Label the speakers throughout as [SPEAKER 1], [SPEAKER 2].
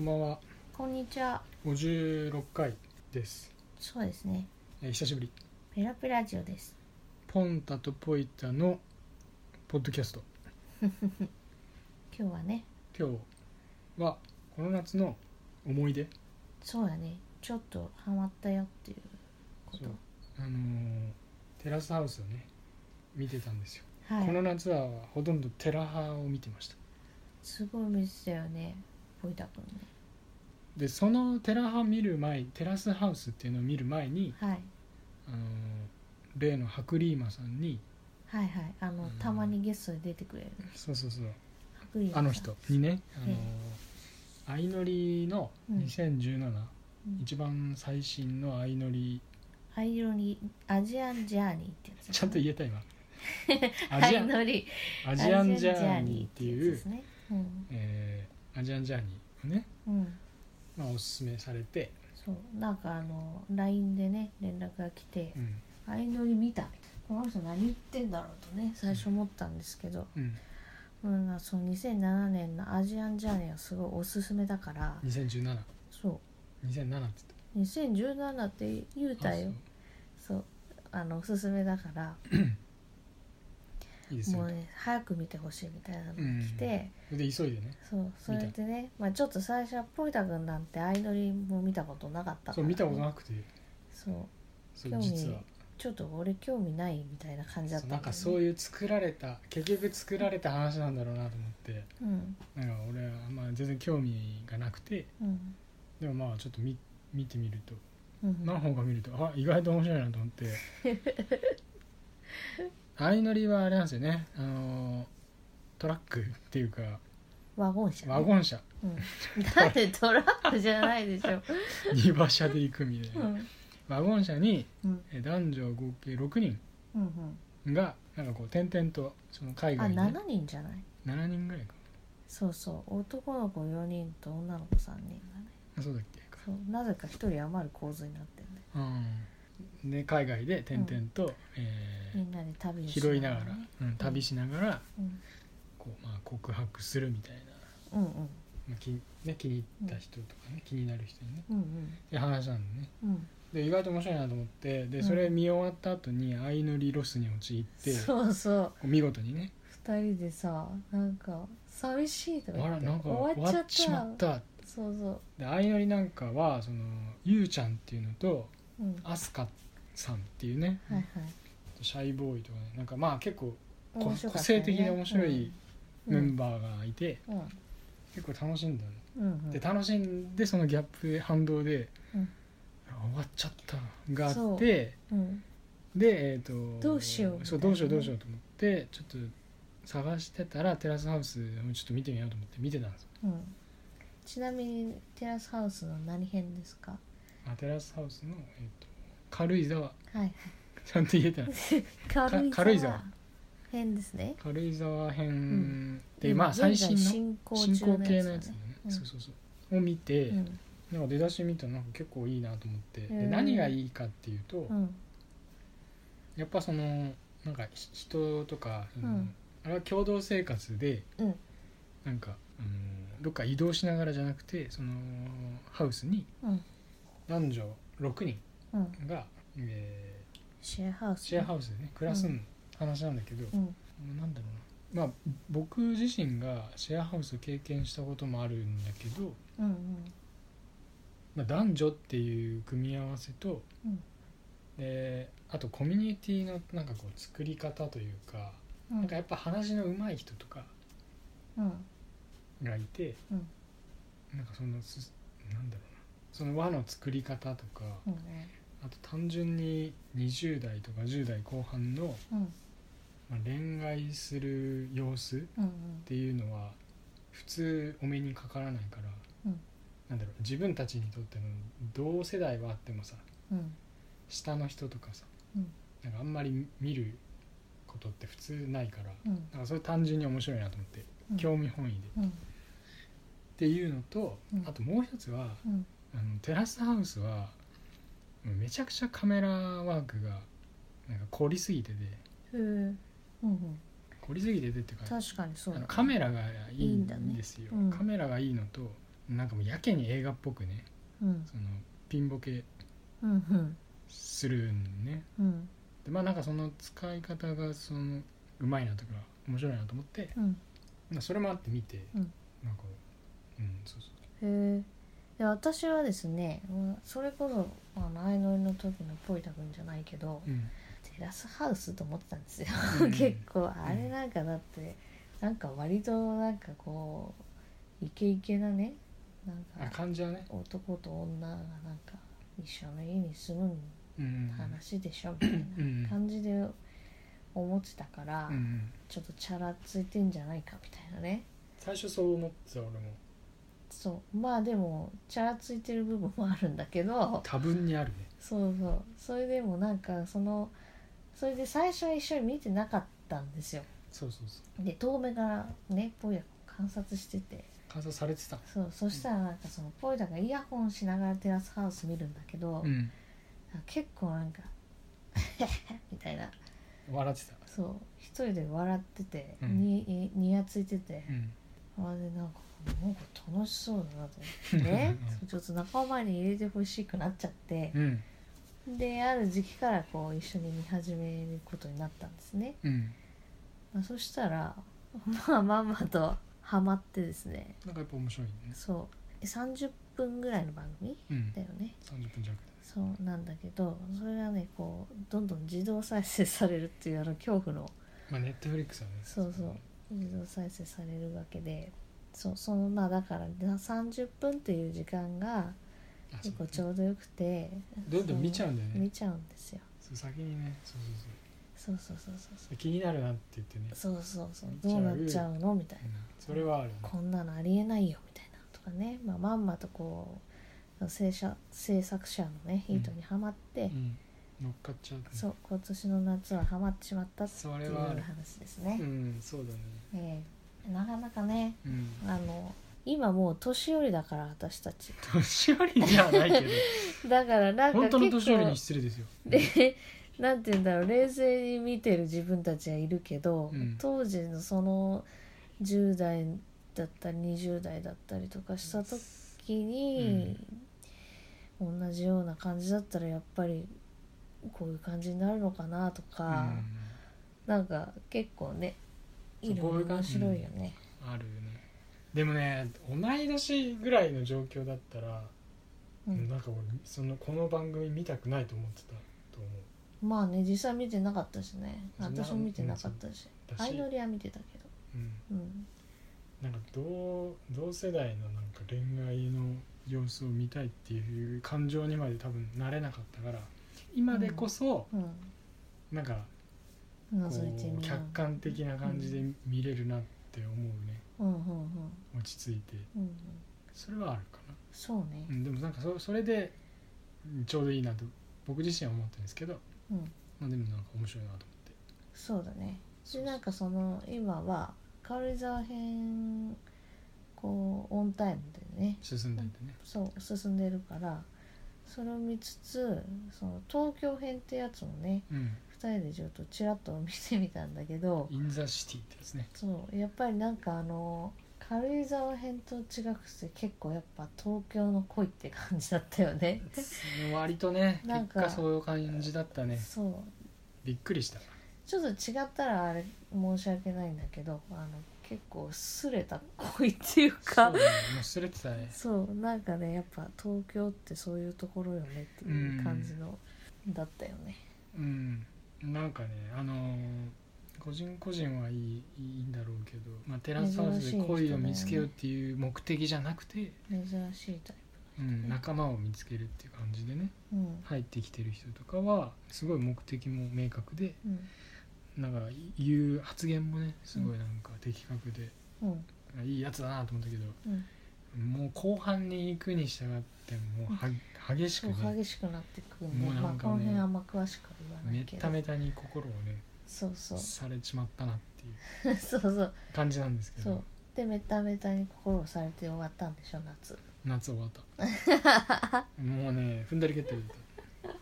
[SPEAKER 1] ばんは
[SPEAKER 2] こんにちは。
[SPEAKER 1] 56回です、
[SPEAKER 2] そうですね。
[SPEAKER 1] えー久しぶり
[SPEAKER 2] ペラペラジオです。
[SPEAKER 1] ポンタとポイタのポッドキャスト
[SPEAKER 2] 今日はね、
[SPEAKER 1] 今日はこの夏の思い出
[SPEAKER 2] そうだね。ちょっとハマったよっていうこ
[SPEAKER 1] そ
[SPEAKER 2] と
[SPEAKER 1] う。あのーテラスハウスをね見てたんですよ、
[SPEAKER 2] はい
[SPEAKER 1] こ。の夏はほとんどテラハを見てました
[SPEAKER 2] すごい水だよね。ポイタくんね。
[SPEAKER 1] でそのテラハ見る前テラスハウスっていうのを見る前に、
[SPEAKER 2] はい。
[SPEAKER 1] あのー例のハクリーマさんに
[SPEAKER 2] はいはい。あの、
[SPEAKER 1] うん
[SPEAKER 2] たまにゲストで出てくれる。
[SPEAKER 1] そうそうそう
[SPEAKER 2] 白衣さん
[SPEAKER 1] あの。人にね、あの
[SPEAKER 2] え
[SPEAKER 1] 相乗りの
[SPEAKER 2] うん
[SPEAKER 1] 2017、
[SPEAKER 2] うん
[SPEAKER 1] 一番最新の相乗り
[SPEAKER 2] 灰色にアジアンジャーニーってやつ。
[SPEAKER 1] ちゃんと
[SPEAKER 2] 言
[SPEAKER 1] 言えた 今アジ
[SPEAKER 2] 灰
[SPEAKER 1] アン
[SPEAKER 2] 色に
[SPEAKER 1] アジアンジャーニーってい
[SPEAKER 2] アジアンジャーニーってやつで
[SPEAKER 1] う
[SPEAKER 2] す、ね。うん。
[SPEAKER 1] えーアジアンジャーニーをね、
[SPEAKER 2] うん。
[SPEAKER 1] まあ、おすすめされて、
[SPEAKER 2] そう。なんかあの、LINE でね、連絡が来て
[SPEAKER 1] う、ん
[SPEAKER 2] 灰色に見た。この人何言ってんだろうとね、最初思ったんですけど。
[SPEAKER 1] うん、
[SPEAKER 2] うん、その2007年のアジアンジャーニーはすごいおすすめだから、
[SPEAKER 1] 20172007って
[SPEAKER 2] そ
[SPEAKER 1] 言った
[SPEAKER 2] う2017って言うたよそうあのおすすめだから
[SPEAKER 1] いいです
[SPEAKER 2] も
[SPEAKER 1] よ
[SPEAKER 2] う
[SPEAKER 1] ね
[SPEAKER 2] ね早く見てほしいみたいなのが来て、
[SPEAKER 1] それで急いでね
[SPEAKER 2] そうそれでね、まあ、ちょっと最初はポイタ君なんてアイドリも見たことなかったから、ね、
[SPEAKER 1] そう見たことなくて
[SPEAKER 2] そう
[SPEAKER 1] そう
[SPEAKER 2] 興味
[SPEAKER 1] 実は
[SPEAKER 2] ちょっと俺興味ないみたいな感じだっ
[SPEAKER 1] そ
[SPEAKER 2] た
[SPEAKER 1] うんなん
[SPEAKER 2] だよ
[SPEAKER 1] かそう
[SPEAKER 2] ね
[SPEAKER 1] いう作られた結局作られた話なんだろうなと思って
[SPEAKER 2] うん
[SPEAKER 1] なんか俺はまあ全然興味がなくて
[SPEAKER 2] うん
[SPEAKER 1] でもまあちょっと見見てみると
[SPEAKER 2] うん
[SPEAKER 1] 何本か見るとあ意外と面白いなと思って 相乗りはあれなんですよねあのトラックっていうか
[SPEAKER 2] ワゴン車ね、
[SPEAKER 1] ワゴン車
[SPEAKER 2] うん、だってトラックじゃないでしょ、
[SPEAKER 1] 荷馬車で行くみたいうな、
[SPEAKER 2] ん
[SPEAKER 1] ワゴン車に
[SPEAKER 2] うん
[SPEAKER 1] え男女合計6人
[SPEAKER 2] うんうん
[SPEAKER 1] がなんかこう転々とその海
[SPEAKER 2] あ
[SPEAKER 1] 外に、ね、
[SPEAKER 2] 7人じゃない
[SPEAKER 1] 7, 人ぐらいか
[SPEAKER 2] そうそう男の子4人と女の子3人がね
[SPEAKER 1] あそうだっけか
[SPEAKER 2] そうなぜか1人余る構図になってるね
[SPEAKER 1] うんで海外で転々と、え
[SPEAKER 2] みんなで旅
[SPEAKER 1] ー
[SPEAKER 2] を
[SPEAKER 1] 拾いながら、
[SPEAKER 2] ね
[SPEAKER 1] うん、旅しながら
[SPEAKER 2] うん、
[SPEAKER 1] こう、まあ、告白するみたいな、
[SPEAKER 2] うんうん
[SPEAKER 1] まあ気にね、気に入った人とかね、気になる人にね
[SPEAKER 2] うんうん
[SPEAKER 1] で話したのね
[SPEAKER 2] うん
[SPEAKER 1] で意外と面白いなと思ってで
[SPEAKER 2] うん
[SPEAKER 1] それ見終わった後に相乗りロスに陥って、こ
[SPEAKER 2] そうそう
[SPEAKER 1] う見事にね
[SPEAKER 2] 2人でさなんか寂しいと
[SPEAKER 1] 「あ
[SPEAKER 2] か言
[SPEAKER 1] ら
[SPEAKER 2] って
[SPEAKER 1] なんか
[SPEAKER 2] 終
[SPEAKER 1] 終
[SPEAKER 2] わ
[SPEAKER 1] わ
[SPEAKER 2] っちゃ
[SPEAKER 1] っ
[SPEAKER 2] っ
[SPEAKER 1] ちま
[SPEAKER 2] た
[SPEAKER 1] った
[SPEAKER 2] そうそう」
[SPEAKER 1] で相乗りなんかはそのゆうちゃんっていうのと
[SPEAKER 2] うんは
[SPEAKER 1] あすかさんっていうね、
[SPEAKER 2] いはい
[SPEAKER 1] シャイボーイとかねなんかまあ結構こ
[SPEAKER 2] 面白か
[SPEAKER 1] 個
[SPEAKER 2] ったね
[SPEAKER 1] 性的で面白い
[SPEAKER 2] うん
[SPEAKER 1] メンバーがいて、
[SPEAKER 2] うん
[SPEAKER 1] 結構楽しんだの、
[SPEAKER 2] うんうん
[SPEAKER 1] で楽しんでそのギャップ反動で、
[SPEAKER 2] うん
[SPEAKER 1] あ終わっちゃったがあって
[SPEAKER 2] うん
[SPEAKER 1] で、えー、と
[SPEAKER 2] どうしようみた
[SPEAKER 1] そ
[SPEAKER 2] いなね
[SPEAKER 1] うどうしようどうしようと思ってちょっと探してたらテラスハウスをちょっと見てみようと思って見てたんですよ
[SPEAKER 2] うんちなみにテラスハウスの何編ですか
[SPEAKER 1] あテラスハウスの、えー、と軽井沢
[SPEAKER 2] はいはい
[SPEAKER 1] ちゃんと言えたの
[SPEAKER 2] 軽井沢
[SPEAKER 1] 軽井沢
[SPEAKER 2] 編ですね
[SPEAKER 1] 軽井沢編、で
[SPEAKER 2] 今
[SPEAKER 1] まあ最新
[SPEAKER 2] 現在
[SPEAKER 1] の
[SPEAKER 2] 進行
[SPEAKER 1] 進
[SPEAKER 2] 中
[SPEAKER 1] 行
[SPEAKER 2] の
[SPEAKER 1] 形
[SPEAKER 2] や
[SPEAKER 1] のや
[SPEAKER 2] つ
[SPEAKER 1] つ
[SPEAKER 2] だ
[SPEAKER 1] だね
[SPEAKER 2] ね、うん
[SPEAKER 1] そうそうそうを見て、
[SPEAKER 2] うん
[SPEAKER 1] なんか出だし見たらなんか結構いいなと思ってで
[SPEAKER 2] うん
[SPEAKER 1] 何がいいかっていうと、
[SPEAKER 2] うん
[SPEAKER 1] やっぱそのなんかひ人とか、その
[SPEAKER 2] うん
[SPEAKER 1] あれは共同生活で
[SPEAKER 2] うん
[SPEAKER 1] なんか、うん、どっか移動しながらじゃなくてそのハウスに
[SPEAKER 2] うん
[SPEAKER 1] 男女6人
[SPEAKER 2] うん
[SPEAKER 1] が、え
[SPEAKER 2] シェアハウ
[SPEAKER 1] ー
[SPEAKER 2] ス
[SPEAKER 1] シェアハウスでね暮らすん話なんだけど、
[SPEAKER 2] うん
[SPEAKER 1] なんだろうなまあ僕自身がシェアハウスを経験したこともあるんだけど、
[SPEAKER 2] うんうん
[SPEAKER 1] まあ、男女っていう組み合わせと、
[SPEAKER 2] うん
[SPEAKER 1] であとコミュニティのなんかこう作り方というか、
[SPEAKER 2] うん
[SPEAKER 1] なんかやっぱ話の上手い人とか
[SPEAKER 2] うん
[SPEAKER 1] がいて、
[SPEAKER 2] うん
[SPEAKER 1] なんかそのすなんだろうなその輪の作り方とか
[SPEAKER 2] うんね
[SPEAKER 1] あと単純に20代とか10代後半の、
[SPEAKER 2] うん
[SPEAKER 1] まあ、恋愛する様子っ
[SPEAKER 2] うん
[SPEAKER 1] ていうのは普通お目にかからないから、
[SPEAKER 2] うん
[SPEAKER 1] なんだろう自分たちにとっての同世代はあってもさ
[SPEAKER 2] うんうん
[SPEAKER 1] 下の人とかさ、
[SPEAKER 2] うん
[SPEAKER 1] なんかあんまり見ることって普通ないから、
[SPEAKER 2] うん
[SPEAKER 1] なんかそれ単純に面白いなと思って、
[SPEAKER 2] うん
[SPEAKER 1] 興味本位で。
[SPEAKER 2] うん
[SPEAKER 1] っていうのと、
[SPEAKER 2] うん
[SPEAKER 1] あともう一つは
[SPEAKER 2] うん
[SPEAKER 1] あのテラスハウスはめちゃくちゃカメラワークがなんか凝りすぎてて
[SPEAKER 2] へえうんうん
[SPEAKER 1] 凝りすぎててっていうか
[SPEAKER 2] 確かにそう
[SPEAKER 1] あの
[SPEAKER 2] だ
[SPEAKER 1] カメラがいい
[SPEAKER 2] いいんだね
[SPEAKER 1] んですよ
[SPEAKER 2] うん
[SPEAKER 1] カメラがいいのとなんかもうやけに映画っぽくね
[SPEAKER 2] うん
[SPEAKER 1] そのピンボケ
[SPEAKER 2] うんうん
[SPEAKER 1] するんね
[SPEAKER 2] うん
[SPEAKER 1] でまあなんかその使い方がそのうまいなとか面白いなと思って、
[SPEAKER 2] うん
[SPEAKER 1] まあ、それもあって見て、
[SPEAKER 2] うん
[SPEAKER 1] なんかうんそうそう
[SPEAKER 2] へえいや私はですねまあそれこそあの相乗りの時のポイタ君じゃないけど
[SPEAKER 1] うん
[SPEAKER 2] テラスハウスと思ってたんですよ
[SPEAKER 1] うん
[SPEAKER 2] 結構あれなんかだってなんか割となんかこうイケイケなねな
[SPEAKER 1] あ
[SPEAKER 2] んか
[SPEAKER 1] 感じはね
[SPEAKER 2] 男と女がなんか一緒の家に住む
[SPEAKER 1] うん
[SPEAKER 2] 話でしょみたい
[SPEAKER 1] うんうん
[SPEAKER 2] な感じで思ってたから、
[SPEAKER 1] うんうん
[SPEAKER 2] ちょっとチャラついてんじゃないかみたいなね
[SPEAKER 1] 最初そう思ってた俺も
[SPEAKER 2] そうまあでもチャラついてる部分もあるんだけど
[SPEAKER 1] 多分にあるね
[SPEAKER 2] そうそうそれでもなんかそのそれで最初は一緒に見てなかったんですよ
[SPEAKER 1] そうそうそう
[SPEAKER 2] で遠目からねポイダ観察してて
[SPEAKER 1] 観察されてた
[SPEAKER 2] そうそしたらなんかそのポイダがイヤホンしながらテラスハウス見るんだけど、
[SPEAKER 1] うん
[SPEAKER 2] 結構なんか みたいな
[SPEAKER 1] 笑ってた
[SPEAKER 2] そう一人で笑ってて、
[SPEAKER 1] うん
[SPEAKER 2] ににやついてて
[SPEAKER 1] う、ん
[SPEAKER 2] あれなんかなんか楽しそうだなと思ってねちょっと仲間に入れてほしくなっちゃって
[SPEAKER 1] うん
[SPEAKER 2] である時期からこう一緒に見始めることになったんですね、
[SPEAKER 1] うん
[SPEAKER 2] まあ、そしたらまあまんまとハマってですね
[SPEAKER 1] なんかやっぱ面白いね
[SPEAKER 2] そう30分ぐらいの番組
[SPEAKER 1] うん
[SPEAKER 2] だよね
[SPEAKER 1] 30分弱
[SPEAKER 2] そうなんだけどそれがねこうどんどん自動再生されるっていうあの恐怖の
[SPEAKER 1] まあネットフリックスはね
[SPEAKER 2] そうそう自動再生されるわけでそうそのまあだからな30分っていう時間が
[SPEAKER 1] あそう
[SPEAKER 2] 結構ちょうどよくて
[SPEAKER 1] どんどん見ちゃ
[SPEAKER 2] う
[SPEAKER 1] うんだよね
[SPEAKER 2] 見ちゃうんですよ
[SPEAKER 1] そう先にねそうそうそう
[SPEAKER 2] そうそうそうそうそう
[SPEAKER 1] で気になるなって言ってね、
[SPEAKER 2] そうそうそう
[SPEAKER 1] 見ちゃう
[SPEAKER 2] どうなっちゃうのみたいな
[SPEAKER 1] うん、それはあるね
[SPEAKER 2] こんなのありえないよみたいなとかね、まあ、まんまとこう制作制作者のね
[SPEAKER 1] うん
[SPEAKER 2] 意図にはまって、
[SPEAKER 1] うん乗っかっちゃうね
[SPEAKER 2] そう今年の夏はハマってしまったっていう
[SPEAKER 1] それ
[SPEAKER 2] よう
[SPEAKER 1] はある
[SPEAKER 2] な話ですね
[SPEAKER 1] う、んそうだね
[SPEAKER 2] ええなかなかね
[SPEAKER 1] うん
[SPEAKER 2] あの今もう年寄りだから私たち
[SPEAKER 1] 年寄りじゃないけど
[SPEAKER 2] だからなんか
[SPEAKER 1] 本
[SPEAKER 2] 結
[SPEAKER 1] 当
[SPEAKER 2] 構
[SPEAKER 1] の年寄りに失礼ですよ
[SPEAKER 2] でなんて言うんだろう冷静に見てる自分たちはいるけど、
[SPEAKER 1] うん
[SPEAKER 2] 当時のその10代だったり20代だったりとかした時に、同じような感じだったらやっぱりこういう感じになるのかなと
[SPEAKER 1] う
[SPEAKER 2] か、
[SPEAKER 1] ん
[SPEAKER 2] なんか結構ね
[SPEAKER 1] そう
[SPEAKER 2] いろ
[SPEAKER 1] こうい
[SPEAKER 2] いうろ
[SPEAKER 1] 感
[SPEAKER 2] 面
[SPEAKER 1] じ
[SPEAKER 2] 白いよね。
[SPEAKER 1] あるよねでもね同い年ぐらいの状況だったら、
[SPEAKER 2] うん
[SPEAKER 1] なんか俺そのこの番組見たくないと思ってたと思
[SPEAKER 2] まあね実際見てなかったしね
[SPEAKER 1] そんな
[SPEAKER 2] 私も見てなかったし
[SPEAKER 1] うんだし
[SPEAKER 2] 相乗りは見てたけど、
[SPEAKER 1] う、うん、
[SPEAKER 2] うん、
[SPEAKER 1] なんか同同世代のなんか恋愛の様子を見たいっていう感情にまで多分なれなかったから今でこそ
[SPEAKER 2] う
[SPEAKER 1] なんか
[SPEAKER 2] ん、
[SPEAKER 1] こ
[SPEAKER 2] 覗いてみ
[SPEAKER 1] う
[SPEAKER 2] よう
[SPEAKER 1] 客観的な感じで見れるなって思うね
[SPEAKER 2] うんうんうん
[SPEAKER 1] 落ち着いて
[SPEAKER 2] うんうん、
[SPEAKER 1] それはあるかな、
[SPEAKER 2] そう
[SPEAKER 1] う
[SPEAKER 2] ね、
[SPEAKER 1] ん、でもなんかそそれでうんちょうどいいなと僕自身は思ってるんですけど、
[SPEAKER 2] うん、
[SPEAKER 1] まあ、でもなんか面白いなと思って
[SPEAKER 2] そうだね
[SPEAKER 1] そう
[SPEAKER 2] でなんかその今は軽井沢編こうオンタイムでね
[SPEAKER 1] 進んでいってね
[SPEAKER 2] そう進んでるからそれを見つつその東京編ってやつもね
[SPEAKER 1] うん
[SPEAKER 2] 2人でちょっとちらっと見てみたんだけど
[SPEAKER 1] 「イン・ザ・シティ」ってやつ ね
[SPEAKER 2] そうやっぱりなんかあの軽井沢編と違くて結構やっぱ東京の恋って感じだったよね。
[SPEAKER 1] 割とね
[SPEAKER 2] な
[SPEAKER 1] 結
[SPEAKER 2] んか
[SPEAKER 1] 果そういう感じだったね
[SPEAKER 2] そう
[SPEAKER 1] びっくりした
[SPEAKER 2] ちょっと違ったらあれ申し訳ないんだけどあの結構擦れた恋っていう
[SPEAKER 1] そう
[SPEAKER 2] か
[SPEAKER 1] だねもう擦れてたね
[SPEAKER 2] そう,、なんかねやっぱ東京ってそういうところよねっていう感じの、だったよね
[SPEAKER 1] うんなんかねあのー個人個人はいいいいんだろうけど、まあ、テラスハウスで恋を見つけようっていう目的じゃなくて、
[SPEAKER 2] 珍しいタイ
[SPEAKER 1] うん、仲間を見つけるっていう感じでね
[SPEAKER 2] プうん
[SPEAKER 1] 入ってきてる人とかはすごい目的も明確で
[SPEAKER 2] うん
[SPEAKER 1] なんか言う発言もねすごいなんか的確で、
[SPEAKER 2] うん
[SPEAKER 1] いいやつだなと思ったけど
[SPEAKER 2] うん
[SPEAKER 1] もう後半に行くに従ってもうは激し
[SPEAKER 2] そ
[SPEAKER 1] く
[SPEAKER 2] う
[SPEAKER 1] ね
[SPEAKER 2] 激しくなってくるんで、
[SPEAKER 1] もうなんか
[SPEAKER 2] ま
[SPEAKER 1] ね
[SPEAKER 2] あ、この辺あんま詳しくは言わな
[SPEAKER 1] め
[SPEAKER 2] い
[SPEAKER 1] っ
[SPEAKER 2] け
[SPEAKER 1] た
[SPEAKER 2] ど
[SPEAKER 1] めたに心をね
[SPEAKER 2] そうそう
[SPEAKER 1] されちまったなっていう
[SPEAKER 2] そうそう
[SPEAKER 1] 感じなんですけ
[SPEAKER 2] そ
[SPEAKER 1] ど
[SPEAKER 2] うでめっためたに心をされて終わったんでしょ夏
[SPEAKER 1] 夏終わった もうね踏んだり蹴ったりだっ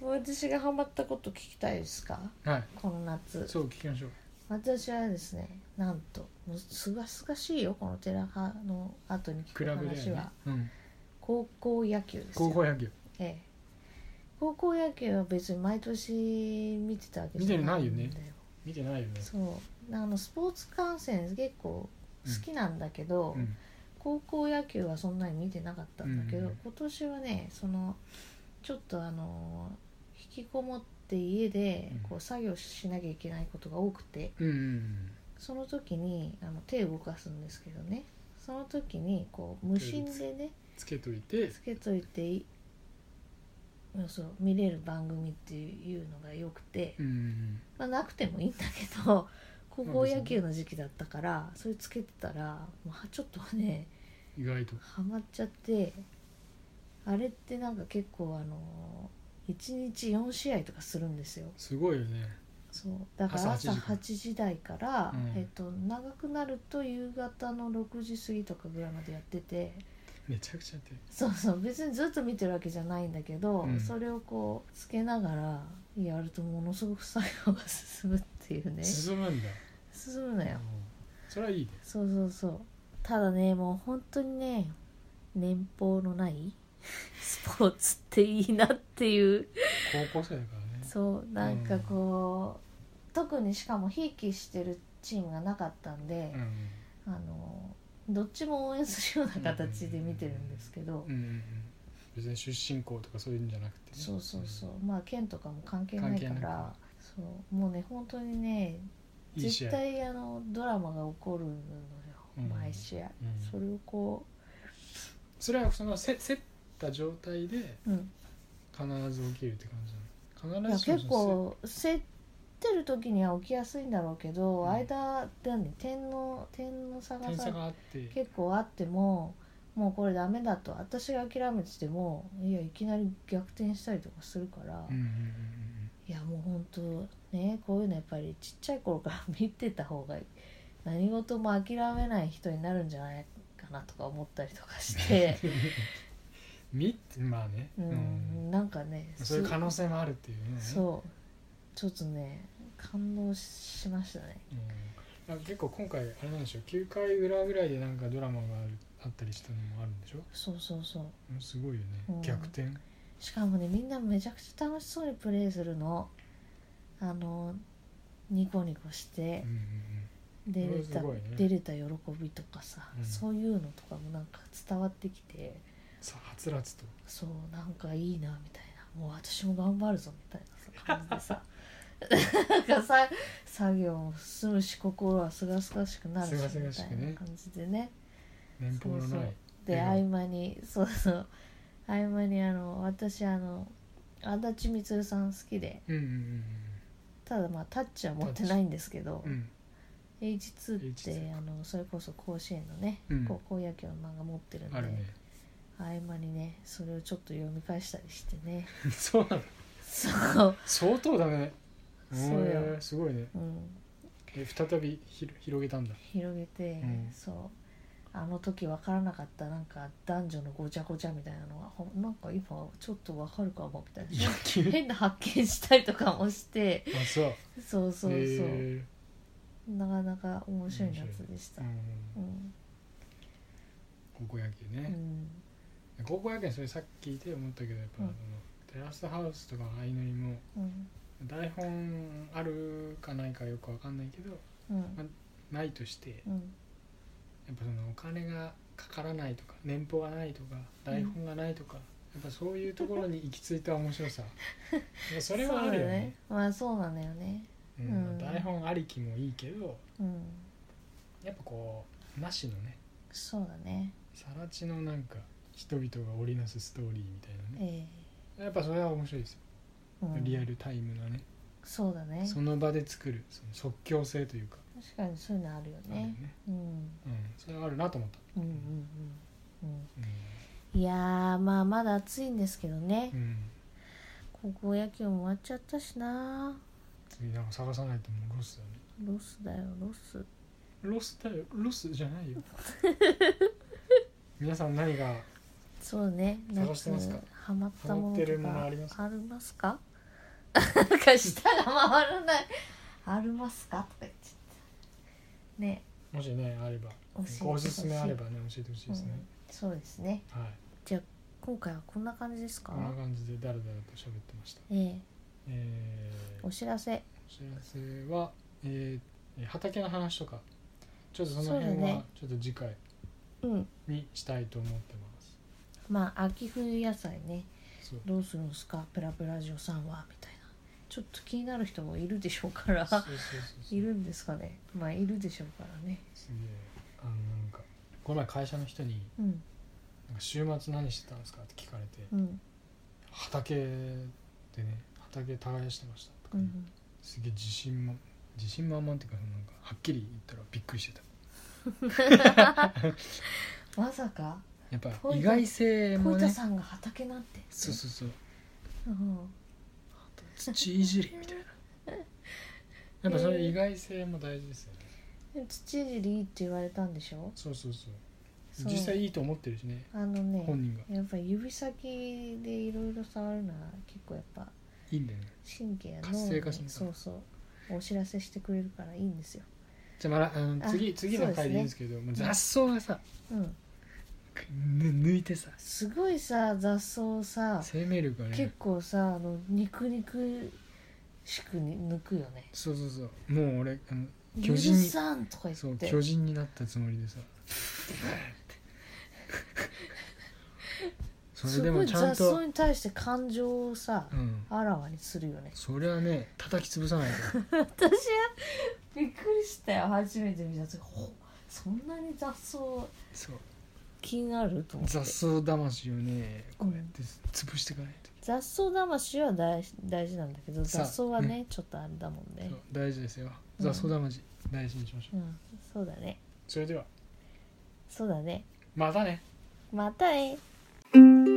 [SPEAKER 2] 私がハマったこと聞きたいですか
[SPEAKER 1] たはい
[SPEAKER 2] この夏
[SPEAKER 1] そう聞きましょう
[SPEAKER 2] 私はですねなんともうすがすがしいよこの寺派の後に聞
[SPEAKER 1] ク
[SPEAKER 2] く
[SPEAKER 1] ラブで、
[SPEAKER 2] 話
[SPEAKER 1] ね
[SPEAKER 2] は
[SPEAKER 1] うん、
[SPEAKER 2] 高校野球です
[SPEAKER 1] 高
[SPEAKER 2] よ
[SPEAKER 1] 校野球
[SPEAKER 2] ええ高校野球は別に毎年見てたわけじゃないんだ
[SPEAKER 1] 見て見てないよね
[SPEAKER 2] そうあのスポーツ観戦結構好きなんだけど、
[SPEAKER 1] うん
[SPEAKER 2] 高校野球はそんなに見てなかったんだけど、
[SPEAKER 1] うん
[SPEAKER 2] 今年はねそのちょっとあの引きこもって家で
[SPEAKER 1] うん
[SPEAKER 2] こう作業しなきゃいけないことが多くて
[SPEAKER 1] うんうん
[SPEAKER 2] その時にあの手を動かすんですけどねその時にこう無心でね
[SPEAKER 1] つけといて
[SPEAKER 2] つけといていうんそう見れる番組っていうのがよくて、
[SPEAKER 1] うんうん
[SPEAKER 2] まあ、なくてもいいんだけ ど高校野球の時期だったからそれつけてたら、まあ、ちょっとね
[SPEAKER 1] 意外と
[SPEAKER 2] ハマっちゃってあれってなんか結構あの1日4試合とかするんですよ
[SPEAKER 1] すごいよね
[SPEAKER 2] そうだから
[SPEAKER 1] 朝
[SPEAKER 2] 朝
[SPEAKER 1] 8
[SPEAKER 2] 8時台から、
[SPEAKER 1] うん
[SPEAKER 2] えっと長くなると夕方の6時過ぎとかぐらいまでやってて
[SPEAKER 1] めちゃくちゃやってる
[SPEAKER 2] そうそう別にずっと見てるわけじゃないんだけど、
[SPEAKER 1] うん
[SPEAKER 2] それをこうつけながらやるとものすごく作業が進むっていうね
[SPEAKER 1] 進むんだ
[SPEAKER 2] 進むのよ
[SPEAKER 1] うんそれはいいね
[SPEAKER 2] そうそうそうただねもう本当にね年俸のない スポーツっていいなっていう
[SPEAKER 1] 高校生だからね
[SPEAKER 2] そうなんかこう、特にしかもひいきしてるチームがなかったんで
[SPEAKER 1] う、ん
[SPEAKER 2] あのどっちも応援するような形で見てるんですけど、
[SPEAKER 1] うんうんうん別に出身校とかそういうんじゃなくてね
[SPEAKER 2] そうそうそうまあ県とかも関係ないか
[SPEAKER 1] 関係
[SPEAKER 2] ら
[SPEAKER 1] な
[SPEAKER 2] そうもうね本当にね
[SPEAKER 1] いい試
[SPEAKER 2] 絶
[SPEAKER 1] 合
[SPEAKER 2] 対あのドラマが起こるのよ、
[SPEAKER 1] うん
[SPEAKER 2] 毎試合、
[SPEAKER 1] うん
[SPEAKER 2] それをこ
[SPEAKER 1] それはそのせ競った状態で
[SPEAKER 2] う、うん、
[SPEAKER 1] 必ず起きるって感じなの
[SPEAKER 2] いや
[SPEAKER 1] 必ずしも
[SPEAKER 2] 結構競ってる時には起きやすいんだろうけど、
[SPEAKER 1] うん
[SPEAKER 2] 間って何点の点の差が
[SPEAKER 1] 点差
[SPEAKER 2] さ
[SPEAKER 1] があって
[SPEAKER 2] 結構あってももうこれダメだと私が諦めててもいやいきなり逆転したりとかするから、
[SPEAKER 1] うんうんうん
[SPEAKER 2] いやもう本当ねこういうのやっぱりちっちゃい頃から見てた方が何事も諦めない人になるんじゃないかなとか思ったりとかして、
[SPEAKER 1] うんみまあね、
[SPEAKER 2] う
[SPEAKER 1] うん
[SPEAKER 2] ん、なんかね
[SPEAKER 1] そういう可能性もあるっていうね
[SPEAKER 2] そうちょっとね感動しましたね
[SPEAKER 1] うんなんか結構今回あれなんでしょう9回裏ぐらいでなんかドラマがあるあったりしたのもあるんでしょ
[SPEAKER 2] そうそうそう
[SPEAKER 1] うんすごいよね、
[SPEAKER 2] うん
[SPEAKER 1] 逆転うん
[SPEAKER 2] しかもねみんなめちゃくちゃ楽しそうにプレイするのあのニコニコして出れた、
[SPEAKER 1] すごいね
[SPEAKER 2] 出れた喜びとかさ、
[SPEAKER 1] うん
[SPEAKER 2] そういうのとかもなんか伝わってきて
[SPEAKER 1] さはつらつと
[SPEAKER 2] そうなんかいいなみたいなもう私も頑張るぞみたいなさ感じで さなんかさ作業も進むし心はすがすがしくなるし
[SPEAKER 1] すがすが
[SPEAKER 2] み
[SPEAKER 1] したく
[SPEAKER 2] い
[SPEAKER 1] ね
[SPEAKER 2] な感じでね
[SPEAKER 1] 年俸のない
[SPEAKER 2] そうそうで合
[SPEAKER 1] 笑
[SPEAKER 2] 間にそうそう合間にあの私あの足立光さん好きで
[SPEAKER 1] うんうん
[SPEAKER 2] ただまあタッチは持ってないんですけど
[SPEAKER 1] うんうん
[SPEAKER 2] H2 って
[SPEAKER 1] H2
[SPEAKER 2] あのそれこそ甲子園のね、
[SPEAKER 1] うん
[SPEAKER 2] 高校野球の漫画持ってるん
[SPEAKER 1] うん
[SPEAKER 2] で、
[SPEAKER 1] あるね
[SPEAKER 2] 合間にねそれをちょっと読み返したりしてね
[SPEAKER 1] そうなの
[SPEAKER 2] そう、
[SPEAKER 1] 相当だね
[SPEAKER 2] そうよ
[SPEAKER 1] へーすごいね
[SPEAKER 2] うん、
[SPEAKER 1] え再びひろ広げたん だ
[SPEAKER 2] 広げて、
[SPEAKER 1] うん
[SPEAKER 2] そうあの時分からなかったなんか男女のごちゃごちゃみたいなのがほなんか今ちょっと分かるかもみたいな
[SPEAKER 1] 野球
[SPEAKER 2] 変な発見したりとかもして
[SPEAKER 1] あそう
[SPEAKER 2] そうそうそう、
[SPEAKER 1] へ
[SPEAKER 2] なかなか面白い夏でし
[SPEAKER 1] ー
[SPEAKER 2] た
[SPEAKER 1] う。ん
[SPEAKER 2] うん、
[SPEAKER 1] 高校野球
[SPEAKER 2] う
[SPEAKER 1] ね、
[SPEAKER 2] ん、
[SPEAKER 1] 高校野球のそれさっき聞いて思ったけどやっぱ、
[SPEAKER 2] う
[SPEAKER 1] あ
[SPEAKER 2] ん
[SPEAKER 1] のテラスハウスとかああいうのにも
[SPEAKER 2] うん、
[SPEAKER 1] 台本あるかないかよくわかんないけど
[SPEAKER 2] うん、
[SPEAKER 1] ないとして
[SPEAKER 2] うん、
[SPEAKER 1] やっぱそのお金がかからないとか年俸がないとか台本がないとか、やっぱそういうところに行き着いた面 白さまあそれはあるよ
[SPEAKER 2] そうだ
[SPEAKER 1] ね。
[SPEAKER 2] まあ、そうなんだよね。
[SPEAKER 1] う
[SPEAKER 2] うんん
[SPEAKER 1] 台本ありきもいいけど
[SPEAKER 2] うん、
[SPEAKER 1] やっぱこうなしのね
[SPEAKER 2] そうだね。
[SPEAKER 1] さら地のなんか人々が織りなすストーリーみたいなね
[SPEAKER 2] え
[SPEAKER 1] やっぱそれは面白いですよ、
[SPEAKER 2] えうん、
[SPEAKER 1] リア。ルタイムのね
[SPEAKER 2] そうだね。
[SPEAKER 1] その場で作るその即興性というか、
[SPEAKER 2] 確かにそういうのあるよ
[SPEAKER 1] あるよ
[SPEAKER 2] ね。
[SPEAKER 1] ね
[SPEAKER 2] うん、
[SPEAKER 1] うん、それはあるなと思った、
[SPEAKER 2] うん、うん、うん、
[SPEAKER 1] う
[SPEAKER 2] うん。いやー、まあ、まだ暑いんですけどね。
[SPEAKER 1] んうん、
[SPEAKER 2] 高校野球も終わっちゃったしな。
[SPEAKER 1] 次なんか探さないともうロスだよね
[SPEAKER 2] ロスだよ、ロス。
[SPEAKER 1] ロスだよロスじゃないよ 皆さん何が
[SPEAKER 2] そうね。
[SPEAKER 1] 探してますか
[SPEAKER 2] 夏ハマった
[SPEAKER 1] ハ
[SPEAKER 2] もの
[SPEAKER 1] マってる
[SPEAKER 2] と
[SPEAKER 1] もの
[SPEAKER 2] か
[SPEAKER 1] あります
[SPEAKER 2] ありますか？なんか舌が回らない。ありますかとか言っちゃっね
[SPEAKER 1] もしねあれば
[SPEAKER 2] 教えてほしい
[SPEAKER 1] おすすめあればね教えてほしいですね、
[SPEAKER 2] そうですね
[SPEAKER 1] はい
[SPEAKER 2] 今回はこんな感じですか
[SPEAKER 1] こんな感じでだらだらと喋ってました
[SPEAKER 2] ええ
[SPEAKER 1] えー、お
[SPEAKER 2] お知らせ
[SPEAKER 1] 知らせは、えー畑の話とかちょっとその
[SPEAKER 2] そう
[SPEAKER 1] 辺
[SPEAKER 2] だね
[SPEAKER 1] はちょっと次回
[SPEAKER 2] うん
[SPEAKER 1] にしたいと思ってます
[SPEAKER 2] まあ秋冬野菜ね
[SPEAKER 1] そう
[SPEAKER 2] どうするんですかプラプラジオさんはみたいなちょっと気になる人もいるでしょうか
[SPEAKER 1] そう
[SPEAKER 2] ら
[SPEAKER 1] そうそうそう
[SPEAKER 2] いるんですかねまあいるでしょうからね
[SPEAKER 1] すげえあのなんかこの前会社の人に
[SPEAKER 2] うん
[SPEAKER 1] 「なんか週末何してたんですか?」って聞かれて
[SPEAKER 2] うん
[SPEAKER 1] 「畑でね畑耕してました」とか
[SPEAKER 2] う
[SPEAKER 1] ね、
[SPEAKER 2] ん
[SPEAKER 1] すげえ自信も自信満々っていうかなんかはっきり言ったらびっくりしてた
[SPEAKER 2] まさか
[SPEAKER 1] やっぱ
[SPEAKER 2] ポイタ
[SPEAKER 1] 意外性
[SPEAKER 2] 小
[SPEAKER 1] も
[SPEAKER 2] 板
[SPEAKER 1] ね
[SPEAKER 2] さんが畑なんて
[SPEAKER 1] そうそうそう
[SPEAKER 2] うん
[SPEAKER 1] 土いじりみたいなやっぱそれ意外性も大事ですよね
[SPEAKER 2] でも土いじりいいって言われたんでしょ
[SPEAKER 1] そうそうそう
[SPEAKER 2] そう
[SPEAKER 1] 実際いいと思ってるしね
[SPEAKER 2] あのね
[SPEAKER 1] 本人が
[SPEAKER 2] やっぱ指先でいろいろ触るのは結構やっぱ
[SPEAKER 1] いいんだよね
[SPEAKER 2] 神経や脳
[SPEAKER 1] 活性化
[SPEAKER 2] に
[SPEAKER 1] するから
[SPEAKER 2] そうそうお知らせしてくれるからいいんですよ
[SPEAKER 1] じゃあまだあの
[SPEAKER 2] あ
[SPEAKER 1] 次次の
[SPEAKER 2] そうです
[SPEAKER 1] 回
[SPEAKER 2] ね
[SPEAKER 1] でいいんですけどもう雑草がさ
[SPEAKER 2] うん
[SPEAKER 1] ぬ抜いてさ
[SPEAKER 2] すごいさ雑草さ
[SPEAKER 1] 生命力がね
[SPEAKER 2] 結構さあの肉肉しくに抜くよね
[SPEAKER 1] そうそうそうもう俺あの
[SPEAKER 2] 「許
[SPEAKER 1] 巨人に
[SPEAKER 2] さん!」とか言
[SPEAKER 1] そ
[SPEAKER 2] っ
[SPEAKER 1] う
[SPEAKER 2] て
[SPEAKER 1] 巨人になったつもりでさ それ
[SPEAKER 2] す
[SPEAKER 1] で
[SPEAKER 2] ご
[SPEAKER 1] も
[SPEAKER 2] い
[SPEAKER 1] ちゃん
[SPEAKER 2] 雑草
[SPEAKER 1] と
[SPEAKER 2] に対して感情をさ、
[SPEAKER 1] うん
[SPEAKER 2] あらわにするよね
[SPEAKER 1] そりゃね叩き潰さない と
[SPEAKER 2] 私はびっくりしたよ初めて見た時ほそんなに雑草
[SPEAKER 1] そう
[SPEAKER 2] 気になると思って
[SPEAKER 1] 雑草魂をねこうやって潰していかないと、
[SPEAKER 2] 雑草魂は大事大事なんだけど
[SPEAKER 1] さあ
[SPEAKER 2] 雑草はね、ちょっとあれだもんね
[SPEAKER 1] そう大事ですよ
[SPEAKER 2] うん
[SPEAKER 1] 雑草魂、大事にしましょう
[SPEAKER 2] うんそうだね
[SPEAKER 1] それでは
[SPEAKER 2] そうだね
[SPEAKER 1] またね
[SPEAKER 2] またね
[SPEAKER 3] 「